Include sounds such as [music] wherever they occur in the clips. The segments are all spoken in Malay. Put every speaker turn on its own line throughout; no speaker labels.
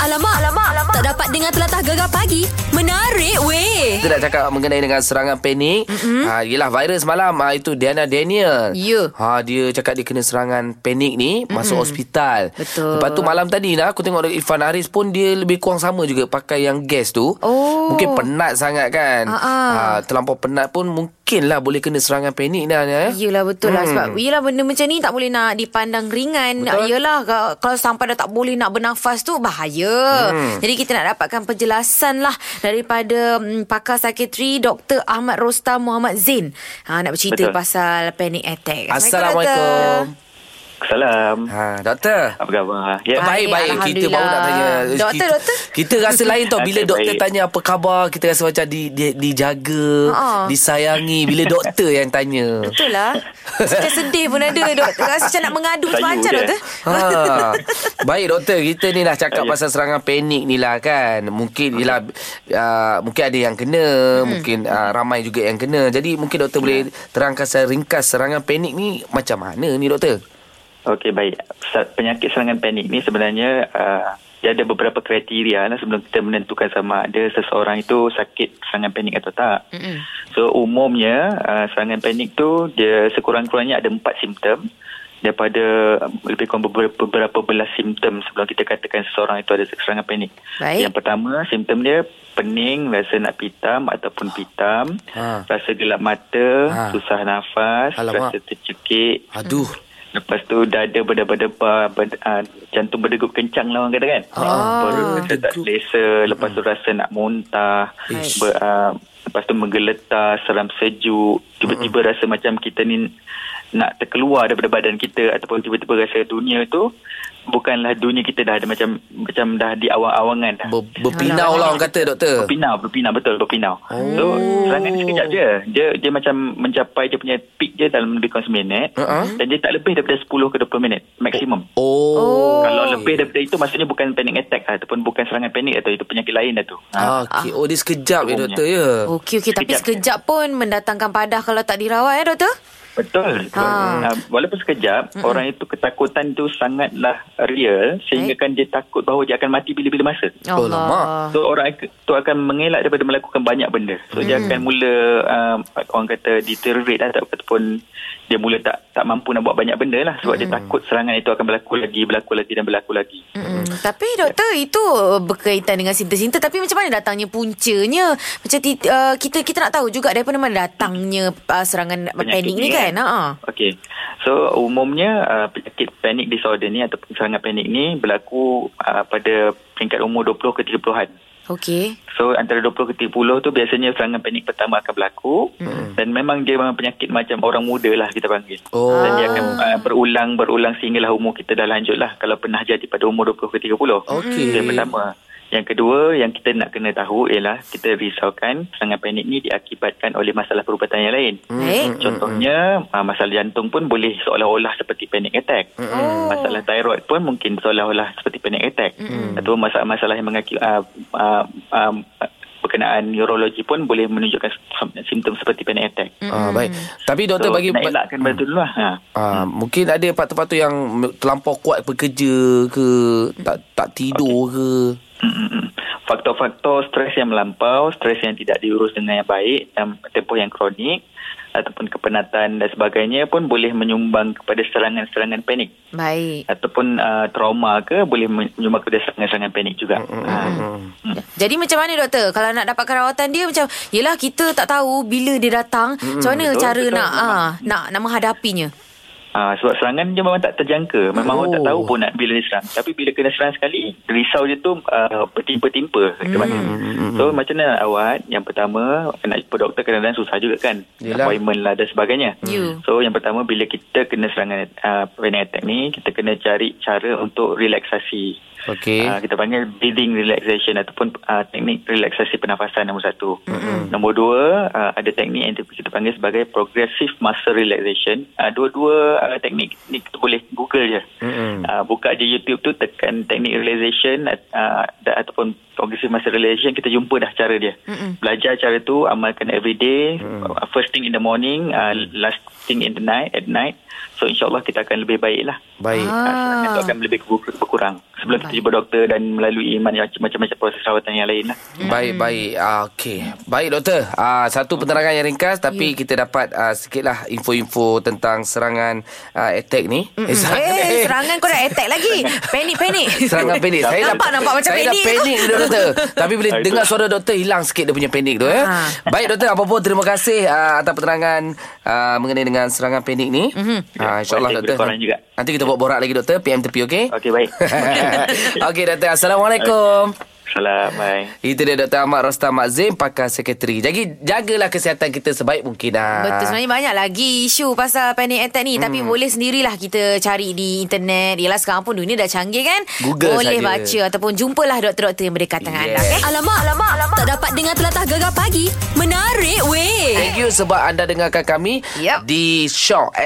Alamak, alamak, alamak. Tak dapat dengar telatah gegar pagi. Menarik weh.
Kita nak cakap mengenai dengan serangan panik. Mm-hmm. Ha, yelah virus malam ha, itu Diana Daniel.
Ya.
Ha, dia cakap dia kena serangan panik ni mm-hmm. masuk hospital.
Betul.
Lepas tu malam tadi lah aku tengok Irfan Haris pun dia lebih kurang sama juga pakai yang gas tu.
Oh. Ah,
Mungkin penat sangat kan.
Ha-ha.
Ha, terlampau penat pun mungkin lah boleh kena serangan panik dah ya.
Yelah betul lah Sebab yelah benda macam ni Tak boleh nak dipandang ringan
Betul.
Yelah ka- Kalau sampai dah tak boleh nak bernafas tu Bahaya hmm. Jadi kita nak dapatkan penjelasan lah Daripada mm, pakar psikiatri Dr. Ahmad Rostam Muhammad Zain ha, Nak bercerita betul.
Betul.
pasal panic attack
Assalamualaikum.
Salam.
Ha, doktor.
Apa khabar? Ya.
Baik,
Baik, baik. Kita baru nak tanya.
Alhamdulillah. Doktor,
kita,
doktor.
Kita rasa lain tau. Bila
Okey,
doktor
baik.
tanya apa khabar, kita rasa macam di, di, dijaga,
Ha-ha.
disayangi. Bila doktor yang tanya.
Betul lah Macam sedih pun ada doktor Rasa macam nak mengadu
Sayu
macam-macam
dia.
doktor
Ha. Baik doktor, kita ni dah cakap
Ya.
pasal serangan panik ni lah kan. Mungkin ialah uh, mungkin ada yang kena,
Hmm.
mungkin uh, ramai juga yang kena. Jadi mungkin doktor
Ya.
boleh terangkan secara ringkas serangan panik ni macam mana ni doktor?
Okey, baik. Sa- Penyakit serangan panik ni sebenarnya uh, dia ada beberapa kriteria lah sebelum kita menentukan sama ada seseorang itu sakit serangan panik atau tak.
Mm-mm.
So umumnya uh, serangan panik tu dia sekurang-kurangnya ada empat simptom daripada um, lebih kurang beberapa, beberapa belas simptom sebelum kita katakan seseorang itu ada serangan panik.
Baik.
Yang pertama simptom dia pening, rasa nak pitam ataupun pitam,
Ha.
rasa gelap mata,
Ha.
susah nafas,
Alamak.
rasa tercekik,
Aduh.
Lepas tu dada berdebar-debar ber, uh, Jantung berdegup kencang lah orang kata kan
Ah,
Lepas tu rasa tak
berdegup.
selesa Lepas tu rasa nak muntah
Ish.
ber, uh, Lepas tu menggeletar Seram sejuk Tiba-tiba
Hmm.
rasa macam kita ni Nak terkeluar daripada badan kita Ataupun tiba-tiba rasa dunia tu Bukanlah dunia kita dah ada macam Macam dah di awang-awangan dah
Ber, berpinau
Alamak.
lah orang kata doktor.
Berpinau, berpinau betul berpinau. Oh. So serangan ni sekejap je. Dia dia macam mencapai dia punya peak je dalam lebih kurang 9 minit
Uh-uh.
dan dia tak lebih daripada 10 ke 20 minit maksimum.
Oh.
Kalau lebih daripada itu maksudnya bukan panic attack lah, ataupun bukan serangan panik atau itu penyakit lain dah tu. Ha.
Ah, okay. Oh, dia sekejap ya
Umumnya.
doktor ya.
Okey okey tapi
Sekejap.
sekejap pun mendatangkan padah kalau tak dirawat eh doktor.
Betul.
Ha.
Ha. Walaupun sekejap, Mm-mm. orang itu ketakutan tu sangatlah real sehingga kan dia takut bahawa dia akan mati bila-bila masa.
Oh, lemak.
So orang ak- tu akan mengelak daripada melakukan banyak benda. So hmm. dia akan mula um, orang kata deteriorate lah tak- ataupun dia mula tak tak mampu nak buat banyak benda lah sebab hmm. dia takut serangan itu akan berlaku lagi, berlaku lagi dan berlaku lagi.
Mm-mm.
Hmm.
Tapi doktor
Ya.
itu berkaitan dengan sinta-sinta tapi macam mana datangnya puncanya? Macam ti, uh, kita kita nak tahu juga daripada mana datangnya uh, serangan panik ni kan. Ha.
eh? Okey. So umumnya uh, penyakit panic disorder ni ataupun serangan panik ni berlaku uh, pada peringkat umur 20 ke 30-an.
Okey.
So antara 20 ke 30 tu biasanya serangan panik pertama akan berlaku hmm. dan memang dia memang penyakit macam orang muda lah kita panggil.
Oh.
Dan dia akan uh, berulang berulang sehinggalah umur kita dah lanjut lah kalau pernah jadi pada umur 20 ke 30.
Okey.
Itu yang pertama. Yang kedua yang kita nak kena tahu ialah kita risaukan serangan panik ni diakibatkan oleh masalah perubatan yang lain.
Hmm.
Baik.
Contohnya uh, masalah jantung pun boleh seolah-olah seperti panic attack.
Hmm.
Oh.
Masalah thyroid pun mungkin seolah-olah seperti panic attack.
Hmm.
Atau masalah-masalah yang mengakibat uh, uh, um, berkenaan neurologi pun boleh menunjukkan sim- simptom seperti panic attack.
Ah, baik. Tapi doktor
so,
bagi
nak elakkan benda tu dulu lah. Ha.
Ah, mungkin ada patut-patut yang me- terlampau kuat bekerja ke, tak tak tidur okay. ke.
Mm-mm. Faktor-faktor stres yang melampau, stres yang tidak diurus dengan yang baik, dan tempoh yang kronik ataupun kepenatan dan sebagainya pun boleh menyumbang kepada serangan-serangan panik.
Baik.
ataupun uh, trauma ke boleh menyumbang kepada serangan-serangan panik juga. Ha.
Hmm.
Jadi macam mana doktor? Kalau nak dapatkan rawatan dia macam yelah kita tak tahu bila dia datang,
Hmm,
macam mana
betul,
cara
betul,
nak ah
memang.
nak nak menghadapinya.
Ha, sebab serangan dia memang tak terjangka. Memang
Oh.
oh. orang tak tahu pun nak bila dia serang. Tapi bila kena serang sekali, risau dia tu uh, bertimpa-timpa. Hmm. So macam mana nak awat? Yang pertama, nak jumpa doktor kadang-kadang susah juga kan.
Yelah.
Appointment lah dan sebagainya.
You.
So yang pertama, bila kita kena serangan uh, panic attack ni, kita kena cari cara untuk relaksasi.
Okey.
Uh, kita panggil breathing relaxation ataupun uh, teknik relaksasi pernafasan nombor satu. Mm-hmm. Nombor dua, uh, ada teknik yang kita panggil sebagai progressive muscle relaxation. Uh, dua-dua uh, teknik ni kita boleh google je.
Mm-mm.
Uh, buka je YouTube tu, tekan teknik relaxation uh, da- ataupun progressive muscle relaxation, kita jumpa dah cara dia.
Mm-mm.
Belajar cara ah, tu, amalkan every day, mm. first thing in the morning, uh, last thing in the night, at night. So insyaAllah kita akan lebih baik lah.
Baik.
Ah.
Ah. Itu akan lebih berkur- berkurang. Sebelum kita
Baik.
jumpa doktor dan melalui macam- macam-macam proses rawatan yang lain lah.
Baik baik. Ah, Okey. Baik doktor. Ah satu penerangan yang ringkas tapi yeah. kita dapat ah, sikitlah info-info tentang serangan ah, attack ni. [laughs] Mm-mm. Eh,
Eh, serangan kau dah attack
[laughs]
lagi. Panik, panik.
Serangan panik Saya
Nampak,
dah,
nampak macam
saya
panik.
Saya dah panik dah doktor Tapi bila
Ah, itu.
dengar suara doktor Hilang sikit dia punya panik tu eh.
Ah.
Baik doktor Apa pun terima kasih uh, Atas penerangan uh, Mengenai dengan serangan panik ni
Mhm.
mm-hmm. uh, InsyaAllah
Ya, Boleh
doktor
berkoran juga.
Nanti kita buat borak lagi doktor PM tepi okey
Okey, baik.
[laughs] Okey doktor Assalamualaikum
Salam, bye.
itu dia Dr. Ahmad Rostam Mazim Pakar Sekretari Jadi jagalah kesihatan kita sebaik mungkin ah.
Betul sebenarnya banyak lagi isu pasal panic attack ni hmm. tapi boleh sendirilah kita cari di internet. Yalah sekarang pun dunia dah canggih kan.
Google
boleh
saja.
baca ataupun jumpalah doktor-doktor yang berdekatan dengan anda.
Yes.
Okay?
Alamak, alamak, alamak. Tak dapat dengar telatah gegar pagi. Menarik, weh.
Thank you sebab anda dengarkan kami
Yup.
di Shock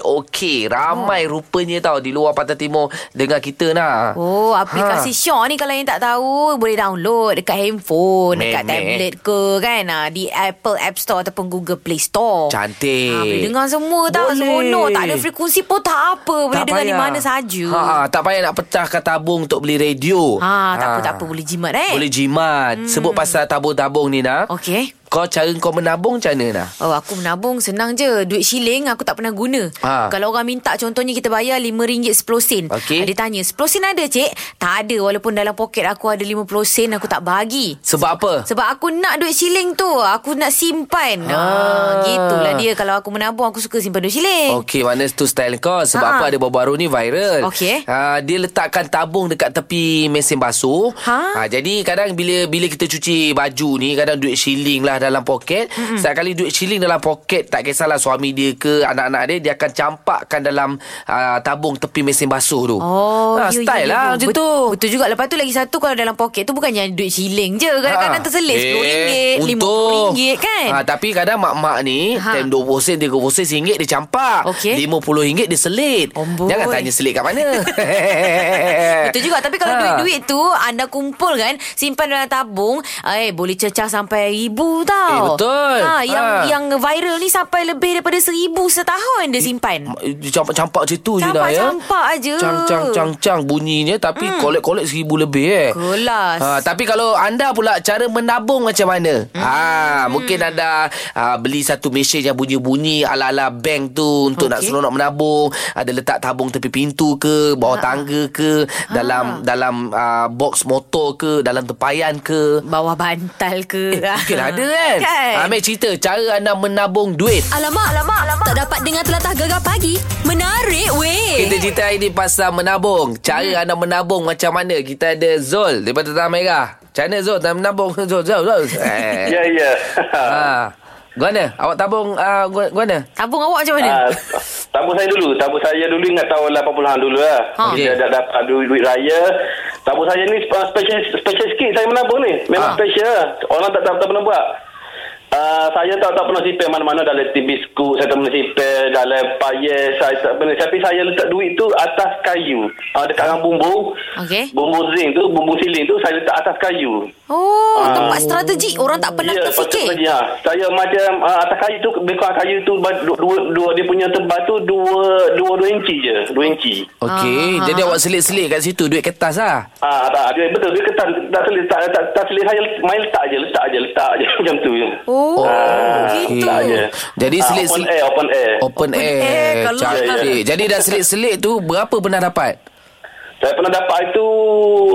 SYOK. Ramai oh. rupanya tau di luar Pantai Timur dengar kita nak.
Oh, aplikasi ha. Shock ni kalau yang tak tahu boleh download dekat handphone, dekat
Memang.
tablet ke kan. Ah, Di Apple App Store ataupun Google Play Store.
Cantik.
Ha, boleh dengar semua tak
Boleh.
Seronok Tak ada frekuensi pun tak apa Boleh
Tak
dengar di
payah.
mana saja
Ha, ha, tak payah nak pecahkan tabung untuk beli radio.
ha, Tak apa tak apa Boleh jimat eh
Boleh jimat. Hmm. Sebut pasal tabung-tabung ni nak.
Okey.
Kau cara kau menabung macam mana nak?
Oh, aku menabung senang je. Duit shilling aku tak pernah guna. Ha.
Ha.
Kalau orang minta contohnya kita bayar RM5.10.
Okey.
Dia tanya, 10 sen ada cik? Tak ada walaupun dalam poket aku ada 50 sen aku tak bagi.
Sebab apa?
Sebab aku nak duit shilling tu. Aku nak simpan. Ha,
Ah.
gitulah dia. Kalau aku menabung aku suka simpan duit shilling.
Okey, mana tu style kau
Ha.
Sebab apa ada baru-baru ni viral
Okey.
ha, Dia letakkan tabung dekat tepi mesin basuh
Ha?
Jadi kadang bila bila kita cuci baju ni Kadang duit shilling lah dalam poket mm-hmm. Setiap kali duit shilling dalam poket Tak kisahlah suami dia ke anak-anak dia Dia akan campakkan dalam uh, tabung tepi mesin basuh tu
Oh,
ha,
ya,
Style
ya, ya,
lah
ya.
macam
Bet-
tu
Betul juga. Lepas tu lagi satu kalau dalam poket tu bukannya duit shilling je. Kadang-kadang
Ha.
terselit
Eh,
RM10,
untung.
RM50 kan.
ha, Tapi kadang mak-mak ni ha.
Ha.
Time 20 sen, 30 sen, RM1 dia campak
Okey.
RM50 dia selit
Omboi.
Jangan tanya selit kat
[laughs]
mana
Betul juga Tapi kalau
Ha.
duit-duit tu Anda kumpul kan Simpan dalam tabung Eh boleh cecah sampai ribu tau
Eh, betul.
ha, Yang
Ha.
yang viral ni Sampai lebih daripada seribu setahun Dia simpan
Dia Campak-campak macam tu je dah ya.
Campak-campak je.
Cang-cang-cang-cang bunyinya tapi hmm. kolek-kolek seribu lebih eh.
Kelas.
Ha, tapi kalau anda pula cara menabung macam mana? Hmm. Ha, mungkin anda ha, beli satu mesin yang bunyi-bunyi ala-ala bank tu untuk okay. nak
Okey.
seronok menabung. Ada letak tabung tepi pintu ke, bawah ha. tangga ke, dalam dalam uh, box motor ke, dalam tempayan ke.
Bawah bantal ke eh,
[laughs] Mungkin ada kan?
Kan
Ha, Amir cerita cara anda menabung duit.
Alamak, alamak, alamak. Tak dapat dengar telatah gegar pagi. Menarik,
Kita
Eh.
weh.
cerita hari ni pasal menabung. Cara hmm. anda menabung macam mana? Kita ada Zul daripada Tanah Merah. Macam mana Zul? Tanah menabung [laughs] Zul, Zul, Zul. Eh.
Ya, [laughs] ya.
Ha. Guana, awak tabung uh, guana?
Tabung awak macam mana?
Ah, Tabung saya dulu Tabung saya dulu ingat tahun 80-an dulu lah
Ha.
Kita
Okey.
dah dapat duit, duit raya Tabung saya ni spe- special, special sikit saya menabung ni Memang
Ha.
special lah. Orang tak, tak, tak pernah buat Uh, saya tak tak pernah sipir mana-mana dalam tin biskut saya tak pernah sipir dalam payet saya tak pernah tapi saya letak duit tu atas kayu uh, dekat dengan bumbung
Okey.
bumbung zinc tu bumbung siling tu saya letak atas kayu
Oh
Ah.
tempat strategi Orang tak pernah
Ya, patut
terfikir
saja. Saya macam uh, atas kayu tu, bekor kayu tu ba- du- dua, dua dia punya tebal tu dua dua dua inci je, dua inci.
Okey,
Ah.
jadi awak selit-selit kat situ duit kertas lah.
Ah, tak, dia betul dia ketan tak selit tak tak, tak selit saya main letak je, letak je, letak je macam tu.
Oh,
Ah,
gitu
letak je.
Jadi
Ah,
selit
open air, open air. Ya,
Open, air.
air, kalau-
Cantik. Jadi dah selit-selit tu berapa benar dapat?
Saya pernah dapat itu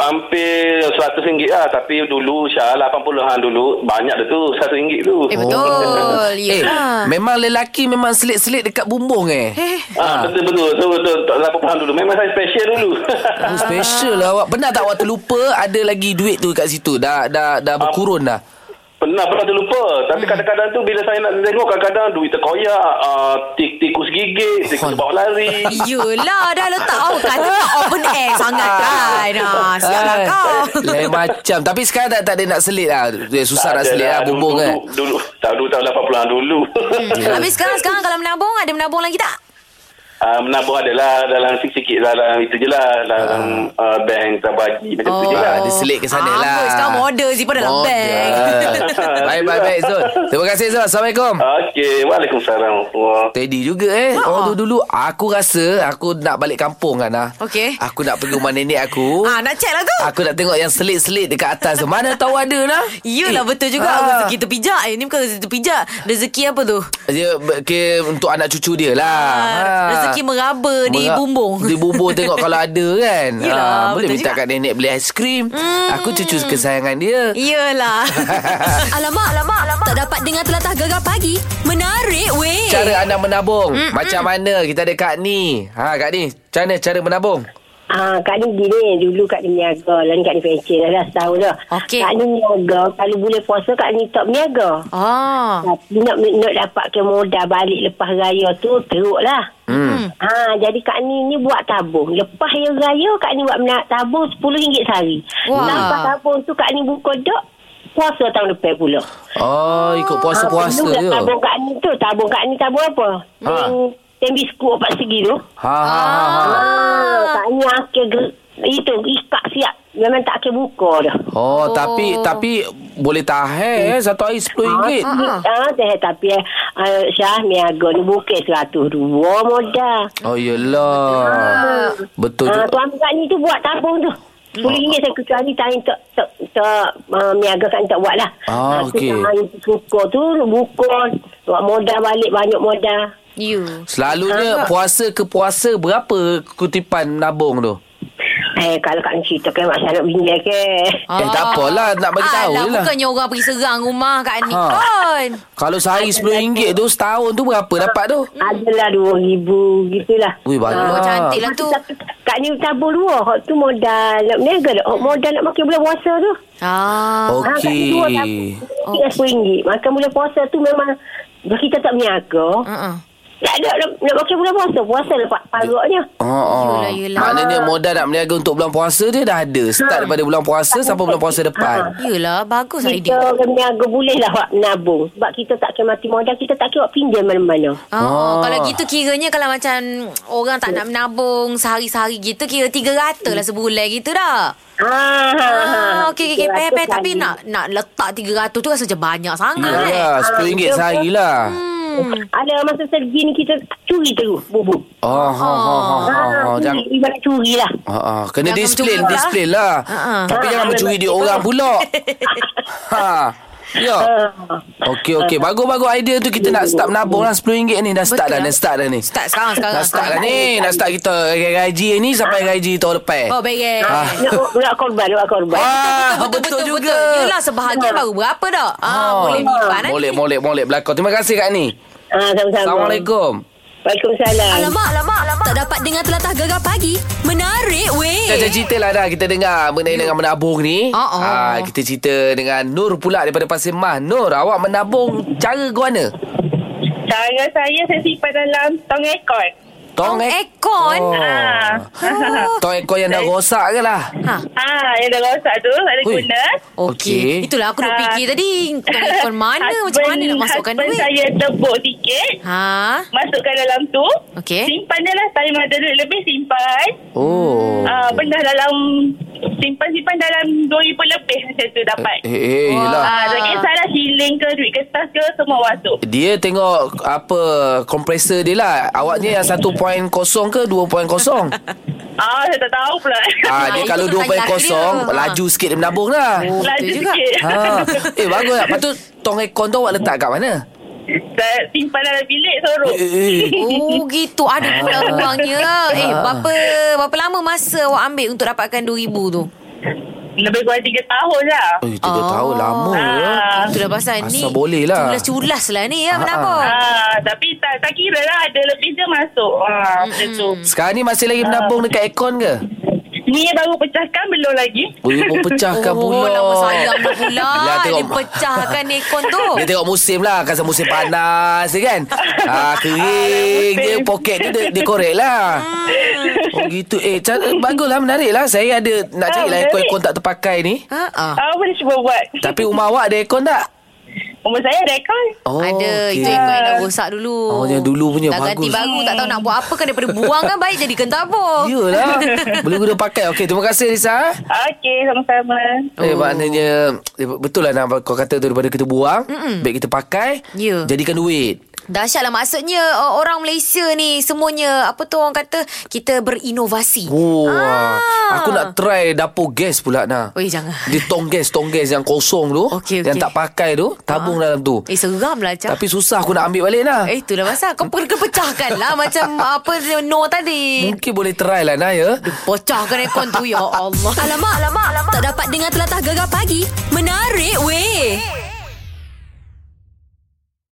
hampir RM100 lah. Tapi dulu, Syah, 80-an dulu, banyak dia tu, RM1 tu.
Eh betul Ya
Eh, memang lelaki memang selit-selit dekat bumbung eh.
Eh.
Ah, betul, betul, betul, betul, betul, 80-an dulu. Memang saya special dulu.
Oh, special lah awak. Pernah tak awak terlupa ada lagi duit tu kat situ? Dah dah dah berkurun dah.
Pernah pernah terlupa
Hmm.
Tapi kadang-kadang tu Bila saya nak tengok Kadang-kadang duit terkoyak uh, tik, Tikus
Oh,
gigit Tikus bawa
[laughs]
lari
Yelah dah letak oh, Kata tak open air sangat kan ah, Sialah
Hai.
kau
Lain macam Tapi sekarang tak, tak ada nak selit lah Dia Susah nak
Tak
selit lah
adalah.
Bumbung
dulu,
kan
Dulu, dulu Tak dulu tahun 80-an dulu
[laughs]
Habis sekarang sekarang kalau menabung ada menabung lagi tak?
uh, menabur adalah dalam sikit-sikit lah, dalam itu je lah dalam uh, bank tabagi macam tu je lah.
Ah, dia selit ke sana lah.
Amboi, sekarang model Zipa dalam
Model.
bank.
[laughs] baik, baik, baik, Zul. Terima kasih, Zul. Assalamualaikum.
Ah. Okey, Waalaikumsalam. Wah.
Teddy juga eh
Ha.
Oh tu dulu Aku rasa Aku nak balik kampung kan ah.
Okey.
Aku nak pergi rumah nenek aku
Ah, nak check lah tu.
Oh. Aku nak tengok yang selit-selit Dekat atas tu Mana tahu ada lah
Yelah betul juga
ah.
Rezeki terpijak Eh ni bukan rezeki terpijak Rezeki apa tu
Dia okay, Ya, untuk anak cucu dia lah.
Ah, rezeki meraba di bumbung.
Di bumbung tengok kalau ada kan.
Yelah,
Ah, boleh
betul juga.
minta
Hmm.
kat nenek beli aiskrim. Aku cucu kesayangan dia. [laughs]
Yelah
Alamak, alamak, alamak. Tak dapat dengar telatah gegar pagi. Menarik weh.
Cara anda menabung
Hmm,
mm, Macam mana Kita ada Kak Ni ha, Kak Ni Macam mana cara menabung
Ah, Kak ni gini Dulu Kak ni berniaga Lah ni Kak ni pencen Dah dah setahun dah
Okey.
Kak ni berniaga Kalau bulan puasa Kak ni tak berniaga
Ah,
Tapi nak, nak dapatkan modal balik Lepas raya tu Teruk lah
Hmm.
Ha, jadi Kak Ni ni buat tabung. Lepas yang raya, Kak Ni buat mena- tabung RM10 sehari.
Wah.
Lepas tabung tu, Kak Ni buka dok, puasa tahun depan pula.
Oh ikut puasa-puasa
perlu
je
lah Tabung Kak Ni tu, tabung Kak Ni tabung apa?
Ha.
Ha. Yang biskut empat segi tu.
Ha ha ha, ha.
Ah, Kak Ni akhir ger- itu, ikat siap. Memang tak akhir buka dah.
Oh, tapi tapi boleh tahan eh satu hari RM10.
Ah, ah. ah tapi eh, ah, Syah Miaga ni bukan 102 modal.
Oh yelah Betul
Ah,
juga.
Tuan Kak ni tu buat tabung tu. RM10 saya kecuali time tak tak tak uh, niaga kan tak buat lah.
Ah,
tu
okey.
Hari tu suka tu buka buat modal balik banyak modal.
you
Ah.
Selalunya puasa ke puasa berapa kutipan nabung tu?
Eh kalau Kak ni cerita kan masa nak pinjam ke.
Ah. Eh tak apalah nak bagi tahu
Alah,
je lah.
bukannya orang pergi serang rumah Kak Ni
Ha.
kan
Kalau sehari RM10 tu setahun tu berapa dapat tu?
Adalah RM2,000 gitulah.
Ui banyak.
Oh, cantik lah tu.
Maksud Kak- Kak ni tabung dua. Hak tu modal nak berniaga dah. Hak modal nak makan bulan puasa tu.
Ah,
Ah, Kak ni dua tabung.
Okey.
RM10. Makan bulan puasa tu memang kita tak berniaga.
uh-uh.
Tak ada nak, nak makan bulan puasa. Puasa lepas parutnya.
Oh, oh.
Yelah, yelah.
Maknanya modal nak berniaga untuk bulan puasa dia dah ada. Start daripada bulan puasa
Ah.
sampai bulan puasa depan.
Yelah, bagus lah
Kita
idea
orang berniaga boleh lah awak menabung. Sebab kita tak kira mati modal, kita tak kira awak pinjam mana-mana.
Oh,
Ah.
kalau gitu kiranya kalau macam orang tak nak menabung sehari-sehari gitu kira 300 lah sebulan gitu dah.
Ah,
Ah, okey okey peh peh tapi
tadi.
nak nak letak 300 tu rasa macam banyak sangat.
Yelah,
eh.
RM10
Ah,
sehari lah.
Hmm.
Ada masa sergi ni kita curi terus bubuk. Ha,
Oh, oh, oh, oh, oh,
Ah,
Ah.
oh. Jangan,
curi, ibarat curi lah.
Ha ah, kena
Jangan mencuri
disiplin,
lah.
disiplin lah.
Ha-ha.
Tapi
Ha,
jangan
ha,
mencuri duit
betul.
orang
[laughs]
pula. ha. Ya.
Ah.
Okey okey bagus-bagus idea tu kita nak start menabung lah RM10 ni dah
Betul
start
lah.
dah dah start dah ni.
Start sekarang sekarang.
Dah start dah ni Dah start kita eh, Gaji ni sampai gaji tahun lepas
Ah. Oh, baik.
Ah.
Nak, nak korban, nak korban.
Ah.
Wah
Betul,
Betul juga
Yelah sebahagian baru berapa dah. Ah,
Ah.
boleh dipan eh.
Molek molek molek belakang Terima kasih Kak Ni
Ah, sama-sama.
Assalamualaikum
Waalaikumsalam.
Alamak, alamak, alamak. Tak dapat dengar telatah gegar pagi. Menarik weh.
Eh.
Macam cerita lah dah Kita dengar Mengenai dengan menabung ni
Ah, ah.
Ah, Kita cerita dengan Nur pula Daripada Pasir Mah Nur awak menabung Cara guana
Cara saya saya simpan dalam tong ekor.
Tong ekon.
Ah.
[laughs] Oh.
eh. Tong ekor yang dah rosak ke lah
Ha.
Ah, yang dah rosak tu ada
Ui.
guna.
Okey.
Okey.
Itulah aku nak
Ah.
fikir tadi.
[laughs]
Tong ekon
[laughs]
mana macam
Husband-
mana nak masukkan
husband
duit.
saya tebuk sikit.
Ha.
Masukkan dalam tu.
Okey.
Simpan je lah. Time ada duit lebih simpan.
Oh
Ah, benda dalam simpan-simpan dalam 2000 lebih [laughs] macam tu dapat.
Eh, eh yelah
Ah, tak kisahlah shilling ke duit kertas ke semua masuk.
Dia tengok apa kompresor dia lah. Awaknya yang 1.0 ke
[laughs]
2.0.
Ah, saya tak tahu pula.
ah dia
itu
kalau
tu tanya aku
2.0
dia. Ah.
laju sikit dia menabung lah.
Oh,
[laughs] Laju
betul juga.
sikit.
Ha. Eh bagus lah. Lepas tu tong ekon tu awak letak kat mana?
Saya simpan dalam bilik sorok.
Eh, eh, eh.
Oh gitu
[laughs]
Ada pula
Ah.
ruangnya Eh
Ah.
berapa Berapa lama masa awak ambil Untuk dapatkan RM2,000 tu
[laughs] Lebih kurang 3 tahun lah.
Eh, tiga
Ah.
tahun lama ya.
Ah.
Itulah pasal
Asal
ni
boleh lah.
Culas-culas lah ni ya
Ah,
Kenapa
Ah, tapi tak, tak kira lah ada lebih je masuk. Ah, macam tu.
Sekarang ni masih lagi menabung dekat ekon ke?
Ni baru pecahkan belum lagi.
Boleh pun
[laughs]
pecahkan pula.
Lama Oh, sayang dah
[laughs]
pula
Lah,
Dia
tengok-
pecahkan ekon tu
Oh.
Dia tengok musim lah Kan musim panas dia
[laughs]
kan ah, Kering Dia poket dia, dia, dia korek lah Oh gitu Eh cara, bagus lah menarik lah Saya ada Nak cari
Ah. Ah,
lah
menarik.
ekon-ekon tak terpakai ni
Ha ah.
Ah, boleh cuba buat.
Tapi rumah awak ada ekon tak?
Umur saya rekod.
Oh,
Ada okay. Itu yang kau nak rosak dulu
Oh, yang dulu punya,
Dah ganti
bagus.
baru Tak tahu nak buat apa kan Daripada buang kan Baik jadi kentabur
[laughs]
Yelah Belum guna pakai Okey terima kasih Lisa
Okey, sama-sama.
Oh. Eh, maknanya eh, Betul lah nak, kau kata tu Daripada kita buang Mm-mm. Baik kita pakai
Ya.
Jadikan duit
Dahsyat lah maksudnya uh, orang Malaysia ni semuanya apa tu orang kata kita berinovasi.
Wah,
Ah.
Aku nak try dapur gas pula nak
Oi, jangan.
Dia tong gas Tong gas yang kosong tu
Okey,
Yang
okey.
tak pakai tu Tabung dalam tu
Eh seram lah Cah.
Tapi susah aku nak ambil balik lah
Eh itulah masa kau perlu pecahkan lah macam apa no tadi.
Mungkin boleh try lah Nah ya
Pecahkan aircon tu ya Allah.
Alamak, alamak, alamak. Tak dapat dengar telatah gegar pagi. Menarik, weh.